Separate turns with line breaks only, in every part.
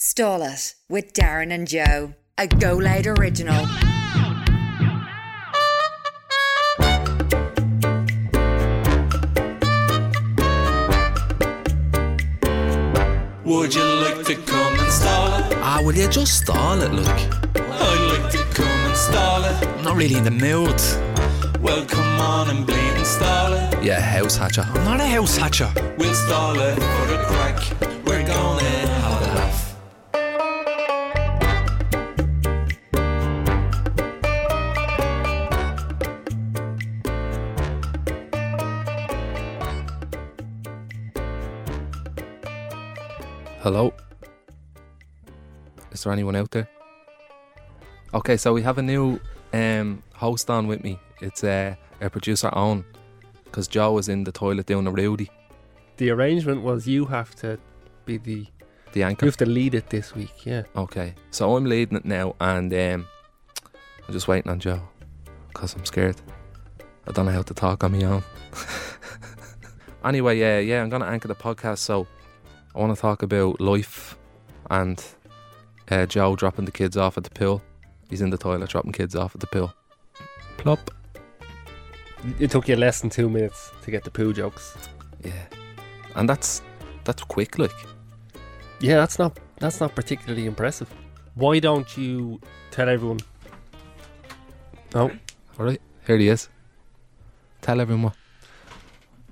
Stall It with Darren and Joe, a Go Loud original.
Would you like to come and stall it?
Ah, will you just stall it, look?
I'd like to come and stall it.
I'm not really in the mood.
Well, come on and bleed and stall it.
Yeah, house hatcher. I'm not a house hatcher.
We'll stall it for the crack. We're gonna have a laugh.
Hello? Is there anyone out there? Okay, so we have a new um, host on with me. It's uh, our producer, On, because Joe is in the toilet doing a Rudy,
the arrangement was you have to be the
the anchor.
you have to lead it this week. Yeah,
Okay, so I'm leading it now, and um, I'm just waiting on Joe because I'm scared. I don't know how to talk on my own. anyway, yeah, yeah, I'm gonna anchor the podcast, so I want to talk about life and uh, Joe dropping the kids off at the pool. He's in the toilet dropping kids off at the pool. Plop.
it took you less than two minutes to get the poo jokes.
Yeah, and that's that's quick, like.
Yeah, that's not that's not particularly impressive. Why don't you tell everyone? No,
All right, here he is. Tell everyone.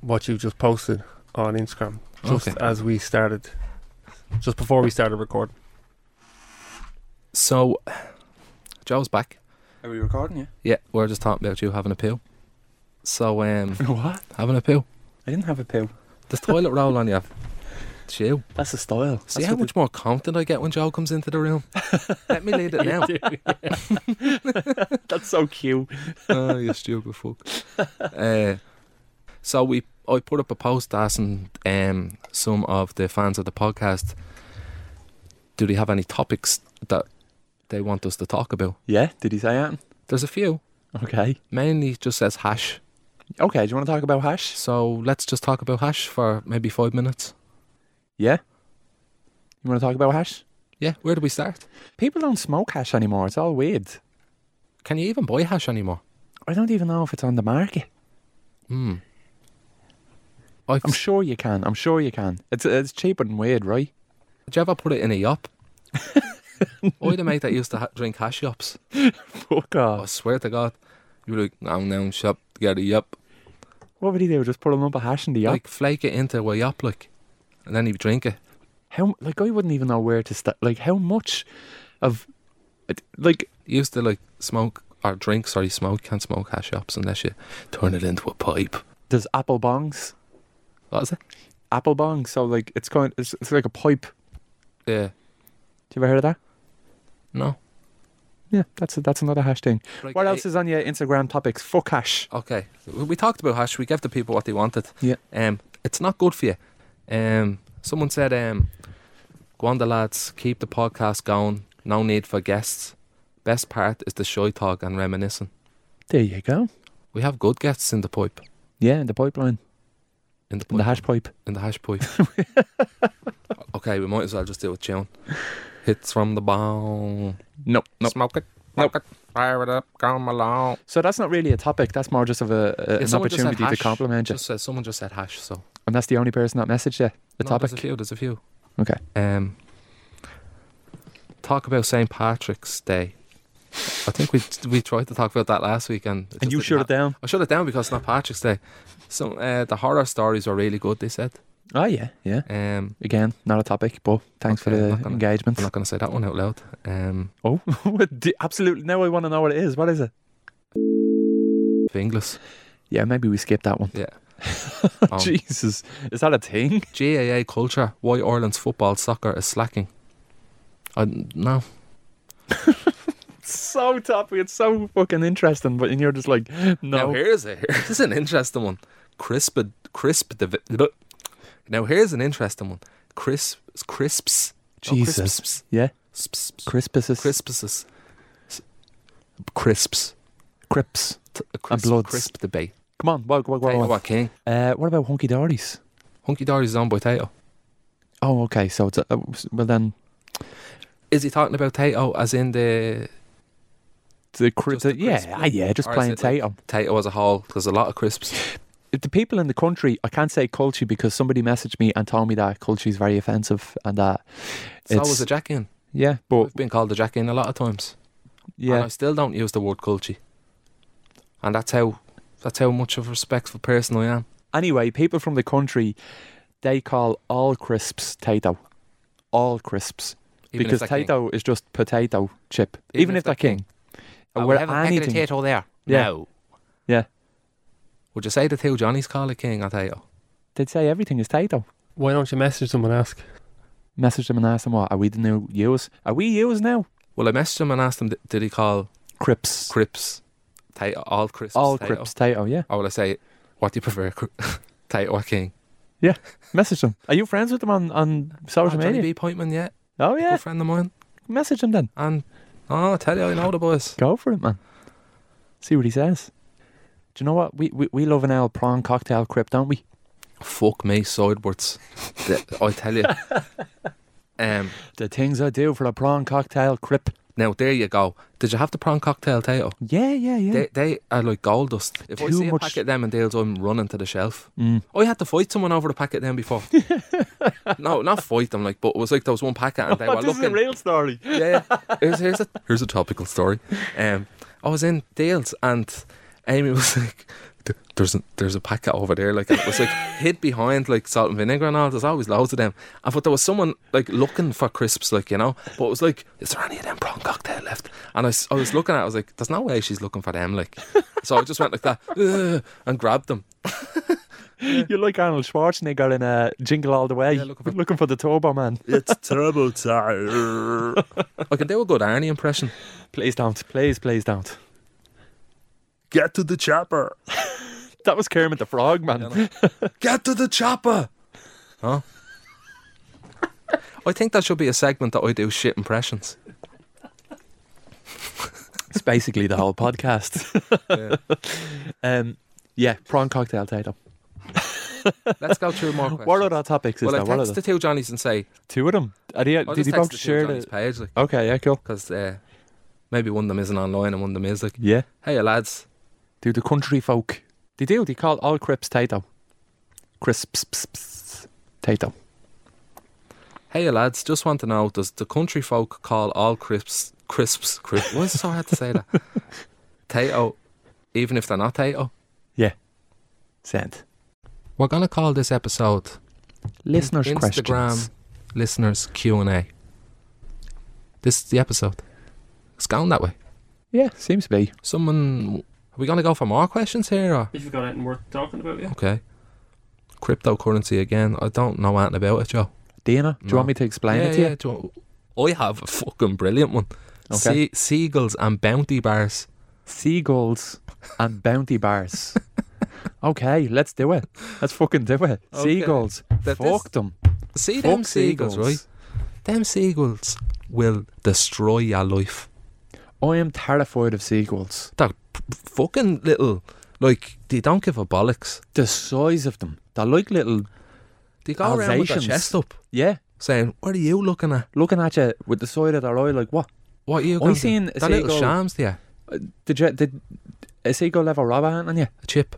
what you just posted on Instagram just
Okay.
as we started, just before we started recording.
So, Joe's back.
Are we recording you?
Yeah, we are just talking about you having a poo. So, um,
What?
having a poo.
I didn't have a pill.
The toilet roll on you. It's you.
That's a style.
See how much more confident I get when Joe comes into the room. Let me lead it now.
That's so cute.
oh, you stupid fuck. Uh, so we, I put up a post asking um, some of the fans of the podcast, do they have any topics that they want us to talk about?
Yeah, did he say that?
There's a few.
Okay.
Mainly just says hash.
Okay, do you want to talk about hash?
So let's just talk about hash for maybe five minutes.
Yeah. You want to talk about hash?
Yeah, where do we start?
People don't smoke hash anymore. It's all weird.
Can you even buy hash anymore?
I don't even know if it's on the market.
Hmm. I've,
I'm sure you can. I'm sure you can. It's it's cheaper than weird, right?
Did you ever put it in a yop? I'd have mate that used to ha- drink hash yops. Oh,
Fuck
I
off.
swear to God. You were like, no, no, shop, get a yop.
What would he do? Just put a lump of hash in the yolk?
Like, flake it into a yop, like. And then he'd drink it.
how? Like I wouldn't even know where to start. Like how much of, it- like
He used to, like, smoke, or drink, sorry, smoke. Can't smoke hash yops unless you turn it into a pipe.
there's apple bongs,
What is it?
apple bongs. So like it's going, it's, it's like a pipe.
Yeah.
Do you ever heard of that?
No.
Yeah, that's that's another hash thing.
Like,
What
eh,
else is on your Instagram topics? Fuck hash.
Okay. We we talked about hash. We gave the people what they wanted.
Yeah.
Um, it's not good for you. Um, someone said, um, go on the lads, keep the podcast going. No need for guests. Best part is the shy talk and reminiscing.
There you go.
We have good guests in the pipe.
Yeah, in the pipeline,
In the pipe.
in the hash pipe.
in the hash pipe. okay, we might as well just do a tune. Hits from the bone.
No, no.
Smoke it. Smoke it. Fire it up. Come along.
So that's not really a topic. That's more just of a, a-
Yeah,
an
someone just said
opportunity to
hash.
compliment you.
Just said, someone just said hash, so.
And that's the only person that messaged you the
No,
topic.
There's a few. There's a few.
Okay.
Um, talk about St Patrick's Day. I think we we tried to talk about that last week, and it just
and you
didn't
shut it
hap-
down.
I shut it down because it's not Patrick's Day. So uh, the horror stories were really good. They said.
Oh yeah, yeah.
Um,
Again, not a topic, but thanks
Okay,
for
I'm
the
not gonna-
engagement.
I'm not going to say that one out loud. Um,
Oh, what do- absolutely. Now I want to know what it is. What is it?
Finglas.
Yeah, maybe we skip that one.
Yeah. Um,
Jesus, is that a thing?
GAA culture. Why Ireland's football soccer is slacking. I no.
It's so topic. It's so fucking interesting. But and you're just like,
Now
no.
here's a here's an interesting one. Crisp crisp divi- look. Now here's an interesting one. Crisp crisps. Oh,
Jesus.
crisps.
Yeah.
Sps- sps-
Crispus.
Crisps. S- Crisps.
Crips.
T- a Crisp,
bloods.
crisp debate.
Come on, walk, walk, walk,
Tato
walk.
or King.
Uh, what about hunky dories?
Hunky Dory's is owned by Tato.
Oh, okay. So it's a, uh, s- well then.
Is he talking about Tato as in the
The, cri-
Just the
the- yeah,
crisp
ah,
one.
yeah, just
Or is
plain
it like-
Tatum.
Tato as a whole? There's a lot of crisps.
If The people in the country, I can't say culture because somebody messaged me and told me that culture is very offensive and that
So
It's-
was a jack in.
yeah, but
I've been called a jack in a lot of times. And I
yeah,
still don't use the word culture. And that's how that's how much of a respectful person I am.
anyway, people from the country, they call all crisps Tato. All crisps.
Even
because
if they're king.
Tato is just potato chip.
Even
Even,
if
if
they're
they're king.
I
And
would
we're
Uh, oh, have a packet of
anything-
Tato there.
Yeah.
No.
Yeah.
Would you say the two Johnnies call it king or Tato?
They'd say everything is Tato.
Why don't you message them and ask?
Message them and ask them what are we the new use? Are we use now?
Well, I messaged him and asked him, did he call
Crips.
Crips Tato, all Crips?
all
Tato?
Crips Tato, yeah.
Or will I say, what do you prefer, cri- Tato or king?
Message them. Are you friends with them on, on
Oh,
social
Johnny
media?
B. Pointman, yeah.
Oh
Good
yeah.
friend of mine.
Message them then.
And, oh, I tell you, I know the boys.
Go for it, man. See what he says. Do you know what? We we, we love an old prawn cocktail crip, don't we?
Fuck me sidewards. The- I tell you. Um,
The things I do for a prawn cocktail crip.
now there you go. Did you have the prawn cocktail Tato?
Yeah, yeah, yeah.
They, they are like gold dust. If I
Too
see a
much-
packet of them and deals, I'm running to the shelf.
Mm.
I had to fight someone over the packet then before. no, not fight them, like, but it was like there was one packet and they
Oh,
were looking.
real story.
yeah, yeah. Here's, here's a here's a topical story. Um, I was in Dales and Amy was like, "There- "There's a, there's a packet over there." Like and it was like hid behind like salt and vinegar and all. There's always loads of them. I thought there was someone like looking for crisps, like you know. But it was like, "Is there any of them prawn cocktail left?" And I, s- I was looking at, it, I was like, "There's no way she's looking for them." Like, so I just went like that "Ugh," and grabbed them.
You're like Arnold Schwarzenegger in a Jingle All the Way,
Yeah, looking for-
the Turbo Man.
It's turbo time. I can do a good Arnie impression.
Please don't, please, please don't.
Get to the chopper.
That was Kermit the Frog, man.
Get to the chopper. Huh? I think that should be a segment that I do shit impressions.
It's basically the whole podcast.
Yeah.
um, yeah, prawn cocktail title.
Let's go through more questions.
What are our topics? Is
well, I
there? What are
text the
the,
two Johnnies and say,
two of them? Are they,
I'll
did
just
you
text
both
the
share
two
the?
Johnnies page, like,
Okay, yeah, cool.
because uh, maybe one of them isn't online and one of them is like,
Yeah,
hey, you lads,
do the country folk? They do. They call all crips Tato. Crisps, ps, ps, Tato.
hey, you lads, just want to know, does the country folk call all crisps, crisps, crisps, why is it so hard to say that? Tato, even if they're not Tato?
Sent.
We're going to call this episode
Listeners'
Instagram
questions.
listeners Q and A. This is the episode. It's gone that way.
Yeah, seems to be.
Someone, are we gonna go for more questions here? Or?
If you've got anything worth talking about, yeah.
Okay, cryptocurrency again. I don't know anything about it, Joe.
Dana, do
No.
you want me to explain
yeah,
it to
yeah.
you?
do you want- I have a fucking brilliant one.
Okay.
Se- seagulls and bounty bars.
Seagulls and bounty bars. okay, let's do it. Let's fucking do it.
Okay.
Seagulls.
That
Fuck
this-
them.
See
Fuck
them seagulls,
seagulls.
right? Them seagulls will destroy your life.
I am terrified of seagulls.
They're p- p- fucking little, like they don't give a bollocks.
The size of them. They're like little.
They go around with their
Alsatians.
chest up,
Yeah,
saying, "What are you looking at?"
looking at you with the side of their eye, like what?
What are you
I
going
seen
to
a
That little
seagull-
shams there.
Did you did a seagull ever rob a hand on you?
A chip.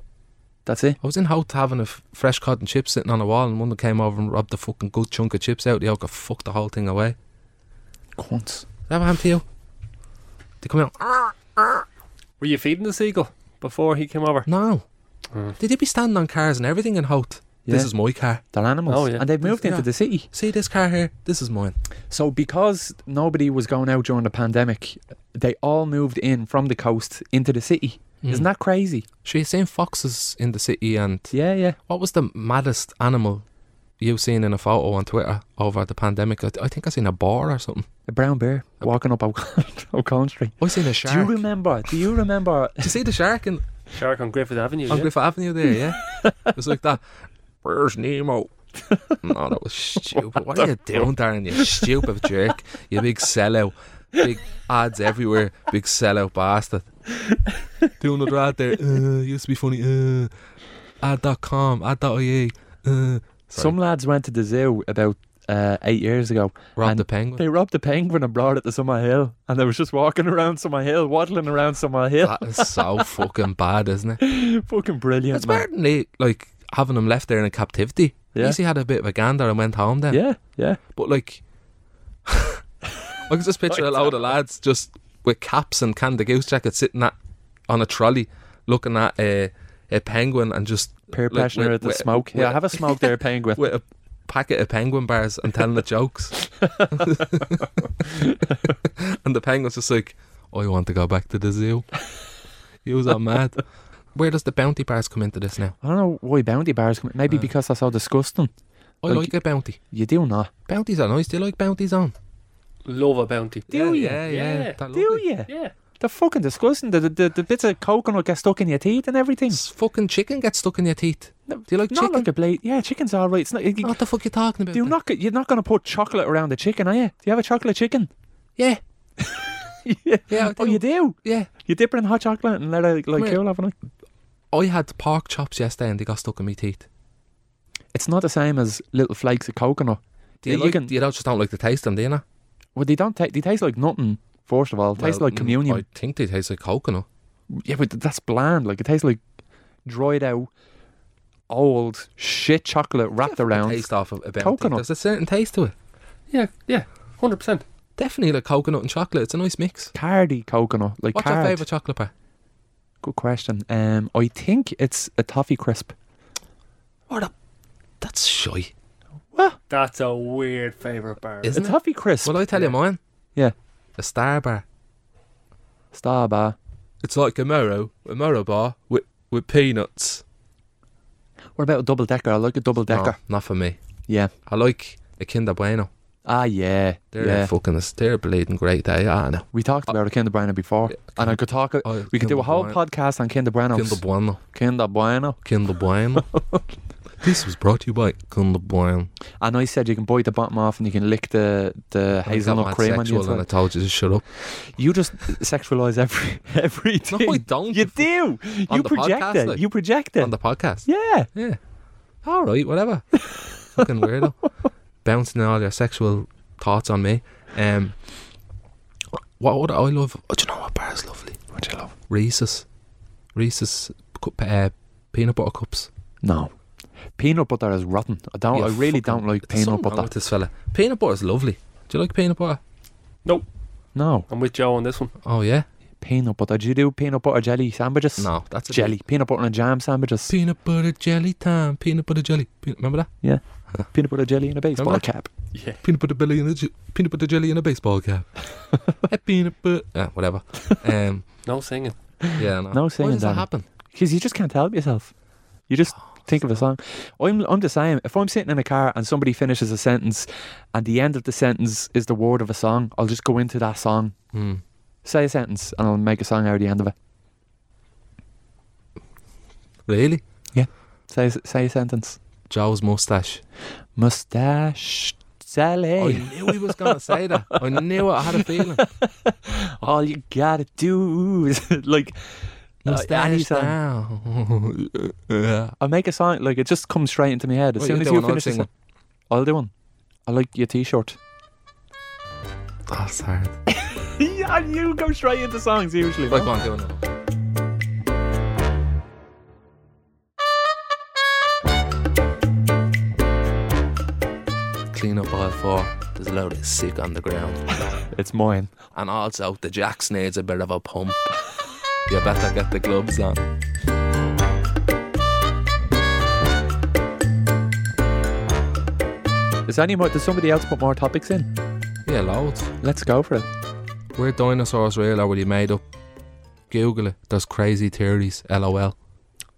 That's it.
I was in Hout having a f- fresh cotton chip sitting on a wall and one that came over and robbed the fucking good chunk of chips out of the yoke fucked the whole thing away.
Cunts.
Does that happened to you? They come out, "Ah,
Were you feeding the seagull before he came over?
no.
Mm.
Did they be standing on cars and everything in Hout? This
Yeah.
is my car.
They're animals,
Oh, yeah.
and they've moved
Yeah.
into the city.
See this car here? This is mine.
So because nobody was going out during the pandemic, they all moved in from the coast into the city.
Mm.
Isn't that crazy?
She seen foxes in the city and
Yeah, yeah.
what was the maddest animal you seen in a photo on Twitter over the pandemic? I, I think I seen a boar or something.
A brown bear walking up O'Con- O'Connell Street.
I seen a shark.
Do you remember? Do you remember?
Did you see the shark in,
Shark on Griffith Avenue.
on
yeah.
Griffith Avenue there, yeah. it was like that. Where's Nemo? no, that was stupid. What are you doing, Darren? You stupid jerk. You big sellout. Big ads everywhere. Big sellout bastard. doing it right there. Uh, used to be funny. Uh, ad.com, ad.ie. Uh. Sorry.
Some lads went to the zoo about uh, eight years ago.
Rob
And
the Penguin.
They robbed a penguin and brought it to Summer Hill, and they was just walking around Summer Hill, waddling around Summer Hill.
That is so fucking bad, isn't it?
Fucking brilliant,
It's
man.
better than they, like having him left there in captivity. At
Yeah.
least he had a bit of a gander and went home then.
Yeah, yeah.
But like, I can just picture a load of lads just with caps and Canada Goose jackets sitting at, on a trolley looking at a, a penguin and just
Peer
like,
pressure
with-
at the
with-
smoke.
with-
yeah, have a smoke there, penguin.
with a packet of penguin bars and telling the jokes. and the penguin's just like, I want to go back to the zoo. He was all mad. Where does the bounty bars come into this now?
I don't know why bounty bars come. Maybe
Uh.
because they're so disgusting.
I
Like-
like a bounty.
You do not.
Bounties are nice. Do you like bounties on?
Love a bounty.
Do you?
Yeah, yeah.
Yeah.
They're
Do
lovely.
you?
Yeah.
They're fucking disgusting. The, the, the, the bits of coconut get stuck in your teeth and everything.
S- Fucking chicken gets stuck in your teeth.
Do
you like Oh,
not
chicken?
Like a blade. Yeah, chicken's all right. It's not. You,
What the fuck you talking about?
you're
then?
not. go- You're not going to put chocolate around the chicken, are you? Do you have a chocolate chicken?
Yeah.
yeah.
Yeah. I
Oh, you do.
Yeah.
You dip it in hot chocolate and let it like
here.
cool overnight.
I had pork chops yesterday and they got stuck in my teeth.
It's not the same as little flakes of coconut.
Do you,
Yeah, you
like,
can-
you don't just don't like the taste of them, do you not?
Well, they don't. Ta- they taste like nothing. First of all, it tastes
Well,
like
mm,
communion.
I think they taste like coconut.
Yeah, but that's bland. Like it tastes like dried out, old shit chocolate wrapped around.
Taste off of a bounty.
Coconut.
There's a certain taste to it.
Yeah. Yeah. Hundred percent.
Definitely like coconut and chocolate. It's a nice mix.
Cardi coconut, like
What's
card.
your favourite chocolate bar?
Good question. Um, I think it's a toffee crisp.
What a. That's shy.
That's a weird favorite bar.
Is-
a
Isn't it?
toffee crisp.
Well, I tell you mine.
Yeah.
A star bar.
Star bar.
It's like a Moro, a Moro bar with, with peanuts.
What about a double decker? I like a double decker.
No, not for me.
Yeah.
I like a Kinder Bueno.
Ah, yeah.
They're
yeah.
fucking, they're bleeding great. They are now.
we talked about a Kinder Bueno before, and I could talk.
oh,
we could do
Kinder
a whole
Bueno.
podcast on Kinder Buenos.
Kinder Bueno.
Kinder Bueno.
Kinder Bueno. this was brought to you by Kinder Bueno.
And I said you can bite the bottom off and you can lick the the
I got
hazelnut
mad
cream on the
sexual and I
inside.
told you to shut up.
You just sexualize every everything.
No, I don't.
You do.
On
you
the
project
podcast,
it.
like.
You project it.
On the podcast.
yeah.
Yeah. All right, whatever. Fucking weirdo. Bouncing all your sexual thoughts on me. Um, what would I love? Oh, do you know what bar is lovely?
What you love?
Reese's. Reese's cup, uh, peanut butter cups.
No. Peanut butter is rotten. I don't.
You
I really
fucking-
don't like
There's
peanut
something wrong
butter.
With this fella. Peanut butter is lovely. Do you like peanut butter?
No.
I'm with Joe on this one.
Oh, yeah.
Peanut butter. Do you do peanut butter jelly sandwiches?
No, that's a
Jelly. Peanut butter and jam sandwiches.
Peanut butter jelly time. Peanut butter jelly. Peanut, remember that?
peanut butter jelly in a baseball
Remember
cap.
Yeah.
Peanut butter belly in a j- peanut butter jelly in a baseball cap. a peanut butter. Uh, whatever. Um,
No singing.
yeah, no.
No
Why
singing,
does that
Danny.
happen?
Because you just can't help yourself. You just think of a song. I'm, I'm the same. If I'm sitting in a car and somebody finishes a sentence and the end of the sentence is the word of a song, I'll just go into that song.
Hmm.
Say a sentence and I'll make a song out of the end of it.
Really?
Say, say a sentence.
Joe's mustache.
Mustache
I
Sally.
knew he was going to say that. I knew it. I had a feeling.
Oh, All you gotta do is like
Mustache
anytime.
down. yeah.
I make a song like it just comes straight into my head as
What are
soon
you
as you
doing? I'm
finish. the
singing.
sen- I'll do one. I like your T-shirt.
That's hard.
yeah, you go straight into songs usually.
Right, go on, do another one. Clean up aisle four. There's a load of sick on the ground.
It's mine.
And also, the jacks needs a bit of a pump. You better get the gloves on.
Is any more? Does somebody else put more topics in?
Yeah, loads.
Let's go for it.
Were dinosaurs real or were you made up? Google it. There's crazy theories. LOL.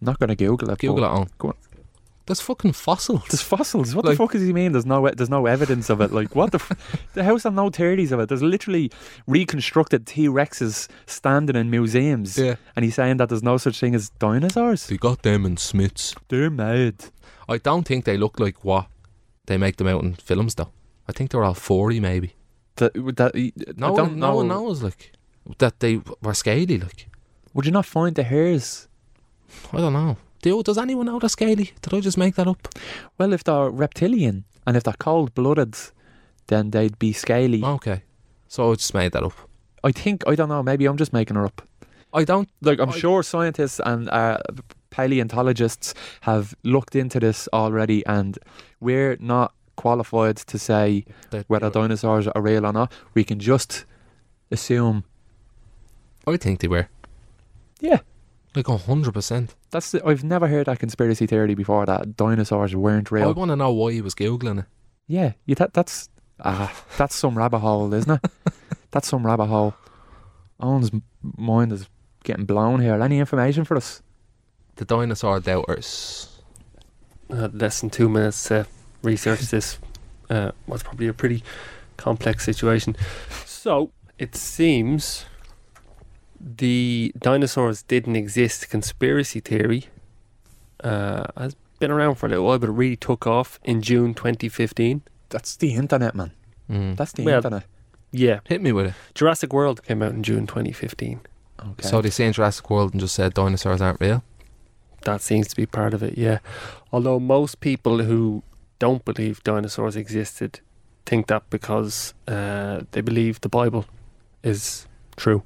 Not gonna Google it.
Google it
but-
Oh. on.
Go on.
There's fucking fossils.
There's fossils. What
Like-
the fuck does he mean? There's no e- there's no evidence of it. Like what the f- the house on no theories of it. There's literally reconstructed T Rexes standing in museums.
yeah.
And he's saying that there's no such thing as dinosaurs.
They got them in Smiths.
They're mad.
I don't think they look like what they make them out in films, though. I think they're all 40, maybe.
That, that,
No,
I don't
one, no one
know.
knows, like, that they were scaly, like.
Would you not find the hairs?
I don't know. Do, does anyone know they're scaly? Did I just make that up?
Well, if they're reptilian, And if they're cold blooded, then they'd be scaly.
Okay. So I just made that up.
I think I don't know. Maybe I'm just making her up.
I don't.
Like I'm
I-
sure scientists and uh, paleontologists have looked into this already, and we're not qualified to say
That
whether dinosaurs are real or not. We can just assume.
I think they were.
Yeah,
Like a hundred percent.
that's. The, I've never heard that conspiracy theory before that dinosaurs weren't
I
real.
want to know why he was googling it.
yeah, you that that's ah, that's some rabbit hole, isn't it? that's some rabbit hole. Owen's m- mind is getting blown here. Any information for us?
The dinosaur doubters.
I had Uh, less than two minutes to research this. Uh, was probably a pretty complex situation. So it seems the dinosaurs didn't exist conspiracy theory uh, has been around for a little while, but it really took off in June 2015.
That's the internet, man.
Mm.
That's the
Well,
internet.
Yeah,
Hit me with it.
Jurassic World came out in June 2015.
Okay.
So they seen Jurassic World and just said dinosaurs aren't real.
That seems to be part of it, yeah. Although most people who don't believe dinosaurs existed think that because uh, they believe the Bible is true.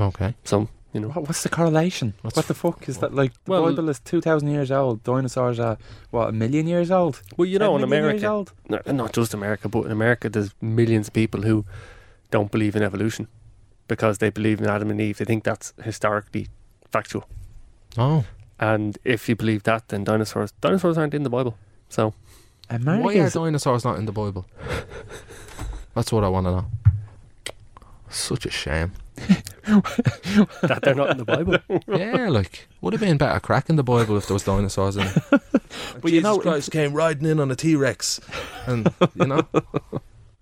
Okay.
So, you know,
What, what's the correlation?
What's
what the fuck is that? Like, the
Well-
Bible is 2,000 years old. Dinosaurs are, what, a million years old?
well, you
A
know, in
million years
America,
old?
no, not just America, but in America, there's millions of people who don't believe in evolution because they believe in Adam and Eve. They think that's historically factual.
Oh.
And if you believe that, then dinosaurs dinosaurs aren't in the Bible. So
America
Why are
is,
dinosaurs not in the Bible? That's what I want to know. Such a shame.
that they're not in the Bible.
yeah, like would have been better crack in the Bible if there was dinosaurs in it. but
you know-
Christ came riding in on a T Rex, and you know,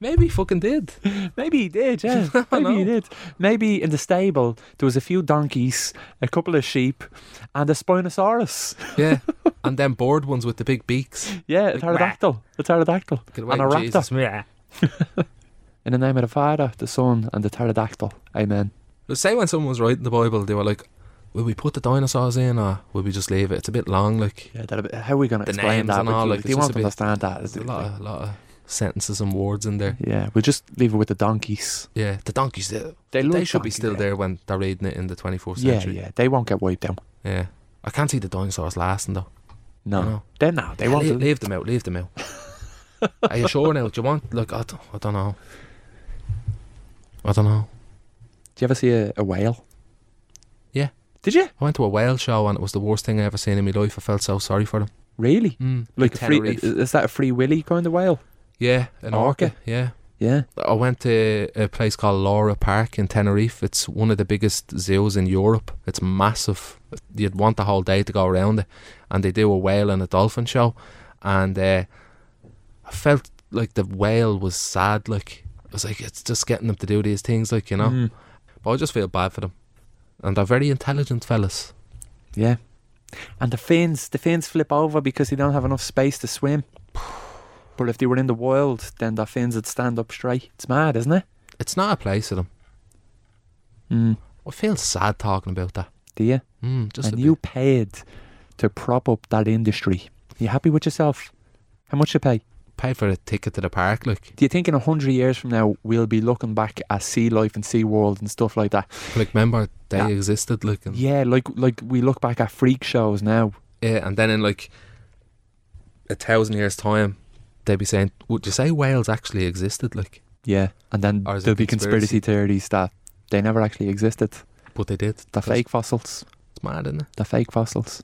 maybe he fucking did.
Maybe he did, yeah. Maybe he did. Maybe in the stable, there was a few donkeys, a couple of sheep, and a Spinosaurus.
Yeah, and then bored ones with the big beaks.
Yeah, a
Like,
pterodactyl. A pterodactyl.
Get away,
And a raptor.
Jesus. Yeah.
In the name of the Father, the Son, and the pterodactyl. Amen.
Say when someone was writing the Bible, they were like, "Will we put the dinosaurs in, or will we just leave it? It's a bit long. Like
Yeah, that, how are we going to
The
explain
names
that?
and
Like,
all,
you-
like,
they
it's just
won't
a bit-
understand that. is
there's a
it?
lot, of, lot of sentences and words in there.
Yeah, we'll just leave it with the donkeys.
Yeah, the donkeys. They,
They,
they
love
should be
donkeys,
still
yeah.
there when they're reading it in the 24th
Yeah,
century.
yeah. They won't get wiped out.
yeah. I can't see the dinosaurs lasting though.
No.
You know?
They no, they won't.
leave,
do-
leave them out. Leave them out. Are you sure now? Do you want? Look, I don't, I don't know. I don't know.
Do you ever see a, a whale?
Yeah.
Did you?
I went to a whale show and it was the worst thing I ever seen in my life. I felt so sorry for them.
Really?
Mm.
Like a free, uh,
Tenerife.
is that a free willy kind of whale?
Yeah, an orca.
Orca?
Yeah.
Yeah.
I went to a place called Laura Park in Tenerife. It's one of the biggest zoos in Europe. It's massive. You'd want the whole day to go around it. And they do a whale and a dolphin show. And uh, I felt like the whale was sad. Like, I was like, it's just getting them to do these things, like, you know.
Mm.
But I just feel bad for them. And they're very intelligent fellas.
Yeah. And the fins, the fins flip over because they don't have enough space to swim. But if they were in the wild, then their fins would stand up straight. It's mad, isn't it?
It's not a place for them.
Mm.
I feel sad talking about that.
Do you?
Mm, just a
and
bit.
you paid to prop up that industry. You happy with yourself? How much you pay?
paid for a ticket to the park, like,
Do you think in a hundred years from now we'll be looking back at sea life and sea world and stuff like that?
like remember they
Yeah.
existed, like, and
Yeah, like like we look back at freak shows now.
Yeah, and then in like a thousand years' time, they'd be saying, "Would you say Wales actually existed?" Like,
Yeah, and then
Or is it
there'll be conspiracy theories that they never actually existed.
but they did.
They're
That's
fake fossils.
It's mad, isn't it?
They're fake fossils.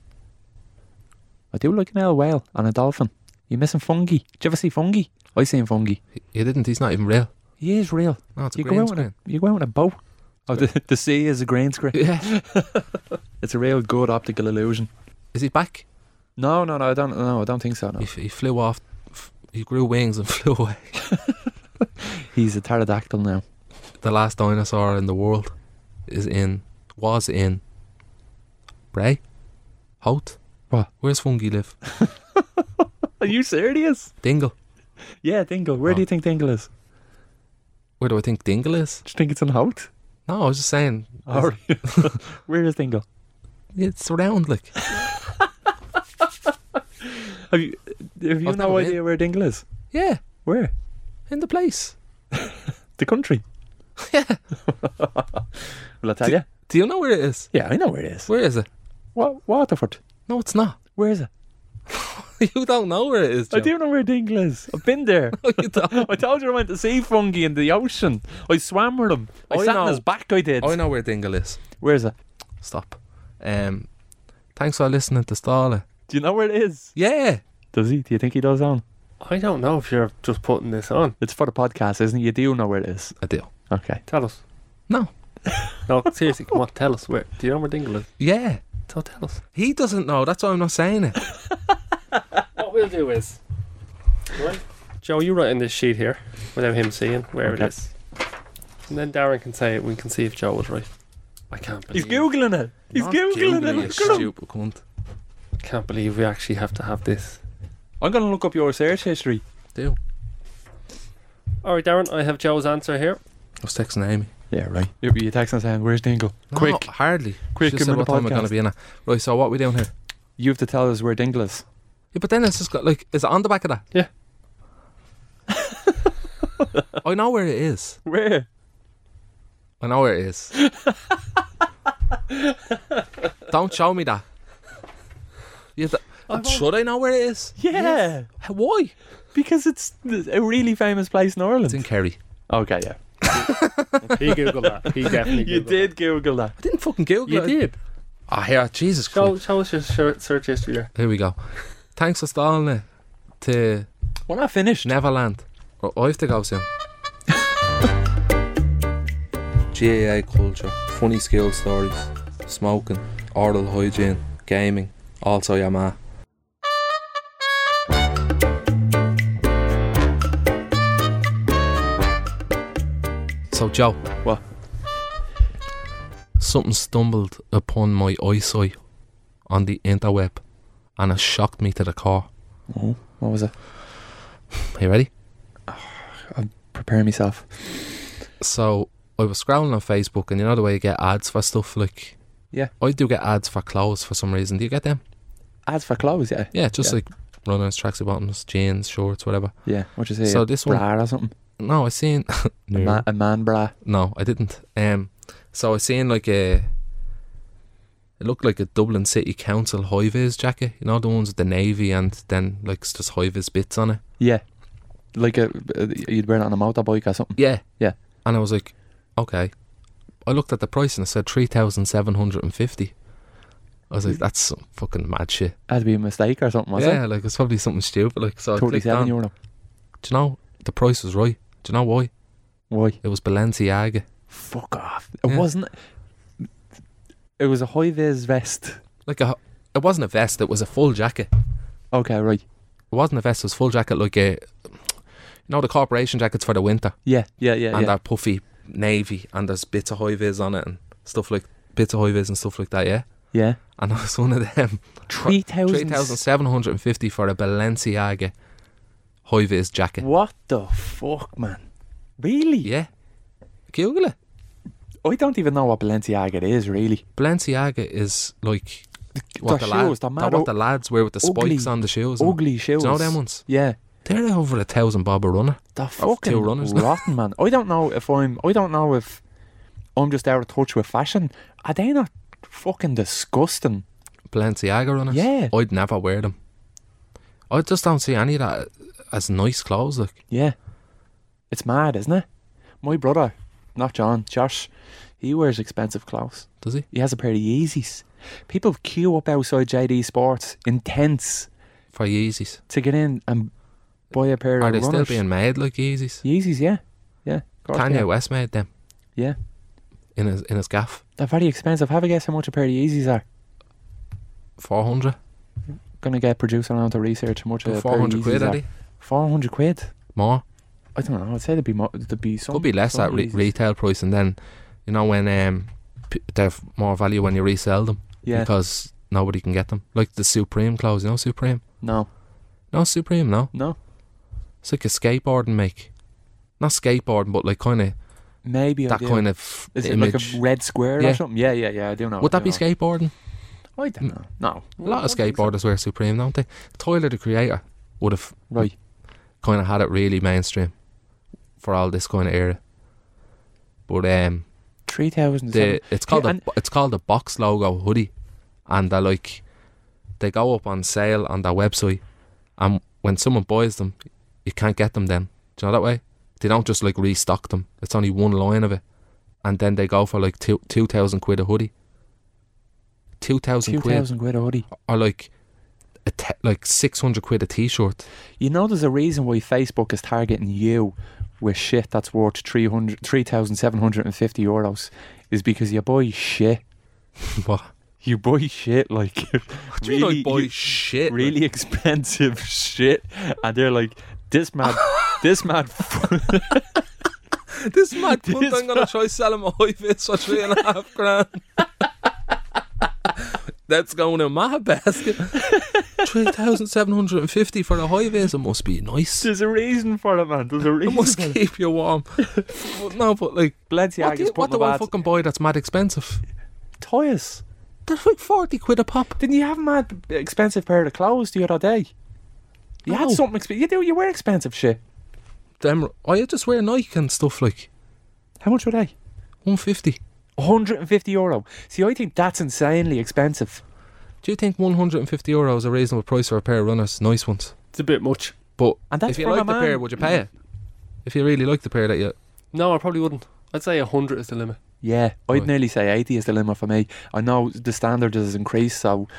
I do like an old whale and a dolphin. You missing fungi? Did you ever see fungi? I seen fungi.
He- He didn't. He's not even real.
He is real.
No, it's a
You go
green
out on
screen.
You go out on a boat. Oh, the, the sea is a green screen.
Yeah.
It's a real good optical illusion.
Is he back?
No, no, no. I don't. No, I don't think so. No.
He, f- he flew off. f- He grew wings and flew away.
He's a pterodactyl now.
The last dinosaur in the world is in was in Bray, Holt.
What?
Where's Fungi live?
Are you serious?
Dingle.
Yeah, Dingle. Where do
Oh.
you think Dingle is?
Where do I think Dingle is?
Do you think it's in Hout?
No, I was just saying.
Or where is Dingle?
It's round, like.
Have you have you
I've
no
never been.
idea where Dingle is?
Yeah,
Where?
in the place.
The country. Will I tell you?
Do you know where it is?
Yeah, I know where it is.
Where is it?
What Waterford?
No, it's not.
Where is it?
You don't know where it is. Joe.
I do know where Dingle is. I've been there.
You don't.
I told you I went to see fungi in the ocean. I swam with him. I,
I
sat
know.
on his back. I did.
I know where Dingle is.
Where is it?
Stop. Um, thanks for listening to Starla.
Do you know where it is?
Yeah.
Does he? Do you think he does on?
I don't know if you're just putting this on.
It's for the podcast, isn't it? You do know where it is.
I do.
Okay.
Tell us.
No.
No, seriously, come on, tell us where. Do you know where Dingle is?
Yeah.
So tell us.
He doesn't know. That's why I'm not saying it.
What we'll do is, right? Joe, you write in this sheet here without him seeing where
Okay.
it is, and then Darren can say it. We can see if Joe was right. I can't believe
He's googling it. He's
Not
googling,
Googling,
it. Look
you
at him.
stupid cunt.
I can't believe we actually have to have this.
I'm gonna look up your search history.
Do.
All right, Darren, I have Joe's answer here.
I was texting Amy.
Yeah, right. You, you text and saying, "Where's Dingle? Quick,
No, hardly.
Quick,
She
give
said
me the
what time we're going
podcast.
to be in it. Right, so what we doing here?
you have to tell us where Dingle is."
Yeah, but then it's just got like, is it on the back of that?
Yeah.
I know where it is.
Where?
I know where it is. Don't show me that. Yeah, th- should I know where it is?
Yeah,
H- Why?
because it's a really famous place in Ireland.
It's in Kerry.
okay, yeah.
He googled that. He definitely.
You did Google that.
I didn't fucking Google
You
it.
did.
Oh, here, Jesus
Show,
Christ.
show us your shir- search history there.
Here we go. Thanks for stalling it to
We're not finished.
Neverland. Oh, I have to go soon. GAA culture, funny skill stories, smoking, oral hygiene, gaming, also your ma. So Joe,
What?
Something stumbled upon my eyesight on the interweb, and it shocked me to the core.
Oh, what was it?
Are you ready?
Prepare myself.
So I was scrolling on Facebook, and you know the way you get ads for stuff like
Yeah.
I do get ads for clothes for some reason. Do you get them?
As for clothes, yeah.
Yeah, just
Yeah.
like runners, tracksuit bottoms, jeans, shorts, whatever.
Yeah. What you say?
So
a
this one-
bra or something?
No, I seen
A, ma- a man bra.
no, I didn't. Um, so I seen like a it looked like a Dublin City Council high vis jacket. You know the ones with the navy and then like s- just high vis bits on it.
Yeah. Like a, uh, you'd wear it on a motorbike or something.
Yeah.
Yeah.
And I was like, okay. I looked at the price and it said three thousand seven hundred and fifty. I was like, that's some fucking mad shit.
That'd be a mistake or something, was
yeah,
it?
like it's probably something stupid. Like so, I clicked
Twenty-seven
on.
euro.
Do you know the price was right? Do you know why?
Why?
It was Balenciaga.
Fuck off. It
Yeah.
wasn't. It was a high vis vest.
Like a, it wasn't a vest. It was a full jacket.
Okay, right.
It wasn't a vest. It was full jacket. Like a, you know, the corporation jackets for the winter,
Yeah, yeah, yeah.
and
yeah.
that puffy navy, and there's bits of high vis on it and stuff like bits of high vis and stuff like that. Yeah,
yeah.
and I was one of them.
Three
Three thousand
thousand.
seven hundred and fifty for a Balenciaga high vis jacket.
What the fuck, man? Really?
Yeah, Google it.
I don't even know what Balenciaga is, really.
Balenciaga is like what the,
their
lads,
shoes, they're
they're
mad
what
o-
the lads wear with the
ugly-
spikes on the shoes. and-
Ugly
Do
shoes.
you know them ones?
Yeah.
They're over a thousand bob a runner.
They're
two
fucking
runners.
rotten, man. I don't know if I'm. I don't know if I'm just out of touch with fashion. Are they not fucking disgusting?
Balenciaga runners.
Yeah.
I'd never wear them. I just don't see any of that as nice clothes. Like,
Yeah. It's mad, isn't it? My brother, not John, Josh, he wears expensive clothes.
does he?
He has a pair of Yeezys. People queue up outside JD Sports, intense,
For Yeezys,
to get in and buy a pair
are
of
they
runners.
still being made like Yeezys?
Yeezys, yeah. Yeah. of course
Kanye
they are.
West made them
Yeah.
in his in his gaff.
They're very expensive. Have a guess how much a pair of Yeezys are.
Four hundred.
Gonna get producer on to research how much a
Uh, Four hundred
pair of
quid,
Yeezys
are
are.
they?
Four hundred quid.
More.
I don't know. I'd say there'd be more. There'd be some.
Could be less
some
at re-
Yeezys.
retail price, and then you know when um p- they're f- more value when you resell them
Yeah.
because nobody can get them. Like the Supreme clothes, you know Supreme.
No.
No Supreme, no.
No.
It's like a skateboarding make. Not skateboarding, but like kind of
Maybe I
that
do.
kind of
Is it
image.
like a red square
Yeah.
or something? Yeah, yeah, yeah. I do know.
Would
I
that be Hmm.
do
skateboarding?
know. I don't know. No.
A lot of skateboarders wear Supreme, don't they? Tyler the Creator would have
Right.
kind of had it really mainstream for all this kind of era. But um,
Three thousand.
the it's called
Yeah,
a,
and-
bo- it's called a box logo hoodie, and they like they go up on sale on their website, and when someone buys them, you can't get them then. Do you know that way? They don't just like restock them. It's only one line of it, and then they go for like two two thousand quid a hoodie. Two thousand
Two
quid,
thousand quid a hoodie.
or like a te- like six hundred quid a t-shirt.
You know, there's a reason why Facebook is targeting you with shit that's worth 300 3,750 euros, is because you buy shit.
what?
You buy shit like
Do you mean I
really,
buy
you-
shit?
really expensive shit, and they're like, this mad, this mad, fu-
This mad
This
cunt, I'm gonna try selling my hyphus for three and a half grand. That's going in my basket. Three thousand seven hundred and fifty for a hyphus. It must be nice. It
there's a reason for it, man. There's a reason.
must
for it.
keep you warm. But no, but like, what do,
Balenciaga's
you, what
putting
do I
about
fucking buy that's mad expensive?
toys.
They're like forty quid a pop.
Didn't you have a mad expensive pair of clothes the other day? You had
No.
something expensive. You do. You wear expensive shit.
Them, I just wear Nike and stuff like
How much were they?
one fifty.
150 euro. See, I think that's insanely expensive.
Do you think one hundred and fifty euro is a reasonable price for a pair of runners? Nice ones.
It's a bit much.
But
And that's
if you
from a
like the
man.
pair, would you pay it? If you really like the pair that you
No, I probably wouldn't. I'd say 100 is the limit.
Yeah, I'd
Right.
nearly say 80 is the limit for me. I know the standard has increased, so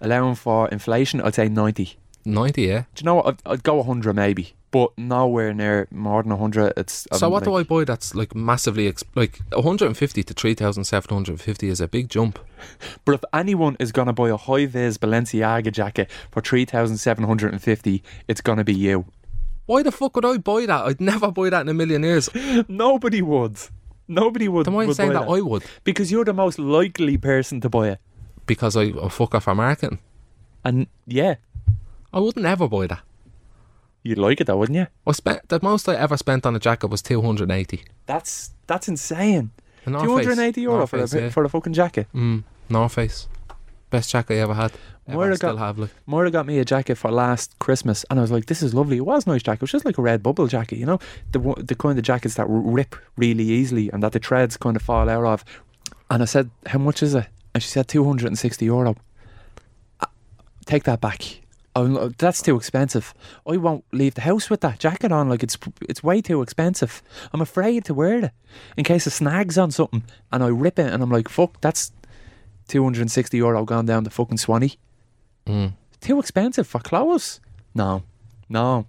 allowing for inflation, I'd say 90. Do
ninety, yeah.
you know what? I'd, I'd go 100 maybe, but nowhere near more than 100. It's
So what do I buy that's like massively ex- like 150 to 3,750 is a big jump.
But if anyone is gonna buy a high vis Balenciaga jacket for 3,750, it's gonna be you.
Why the fuck would I buy that? I'd never buy that in a million years. Then
Nobody would. Nobody would.
why are you
would
saying
buy
that I would?
because you're the most likely person to buy it.
Because I, I fuck off our marketing.
And yeah,
I wouldn't ever buy that.
you'd like it though, wouldn't you?
I spent the most I ever spent on a jacket was 280.
That's that's insane.
A North
Two hundred and eighty
Face.
euro
North
for a
Face, yeah.
for a fucking jacket.
mm, North Face. Best jacket I ever had. Ever,
Moira
I still
got-
have like
Moira got me a jacket for last Christmas, and I was like, "This is lovely." It was a nice jacket. It was just like a red bubble jacket, you know, the wo- the kind of jackets that r- rip really easily and that the treads kind of fall out of. And I said, "How much is it?" And she said, 260 euro." I- Take that back. Oh, that's too expensive. I won't leave the house with that jacket on. Like it's it's way too expensive. I'm afraid to wear it in case it snags on something, and I rip it, and I'm like, "Fuck, that's 260 euro gone down the fucking Swanee."
mm.
too expensive for clothes. No, no.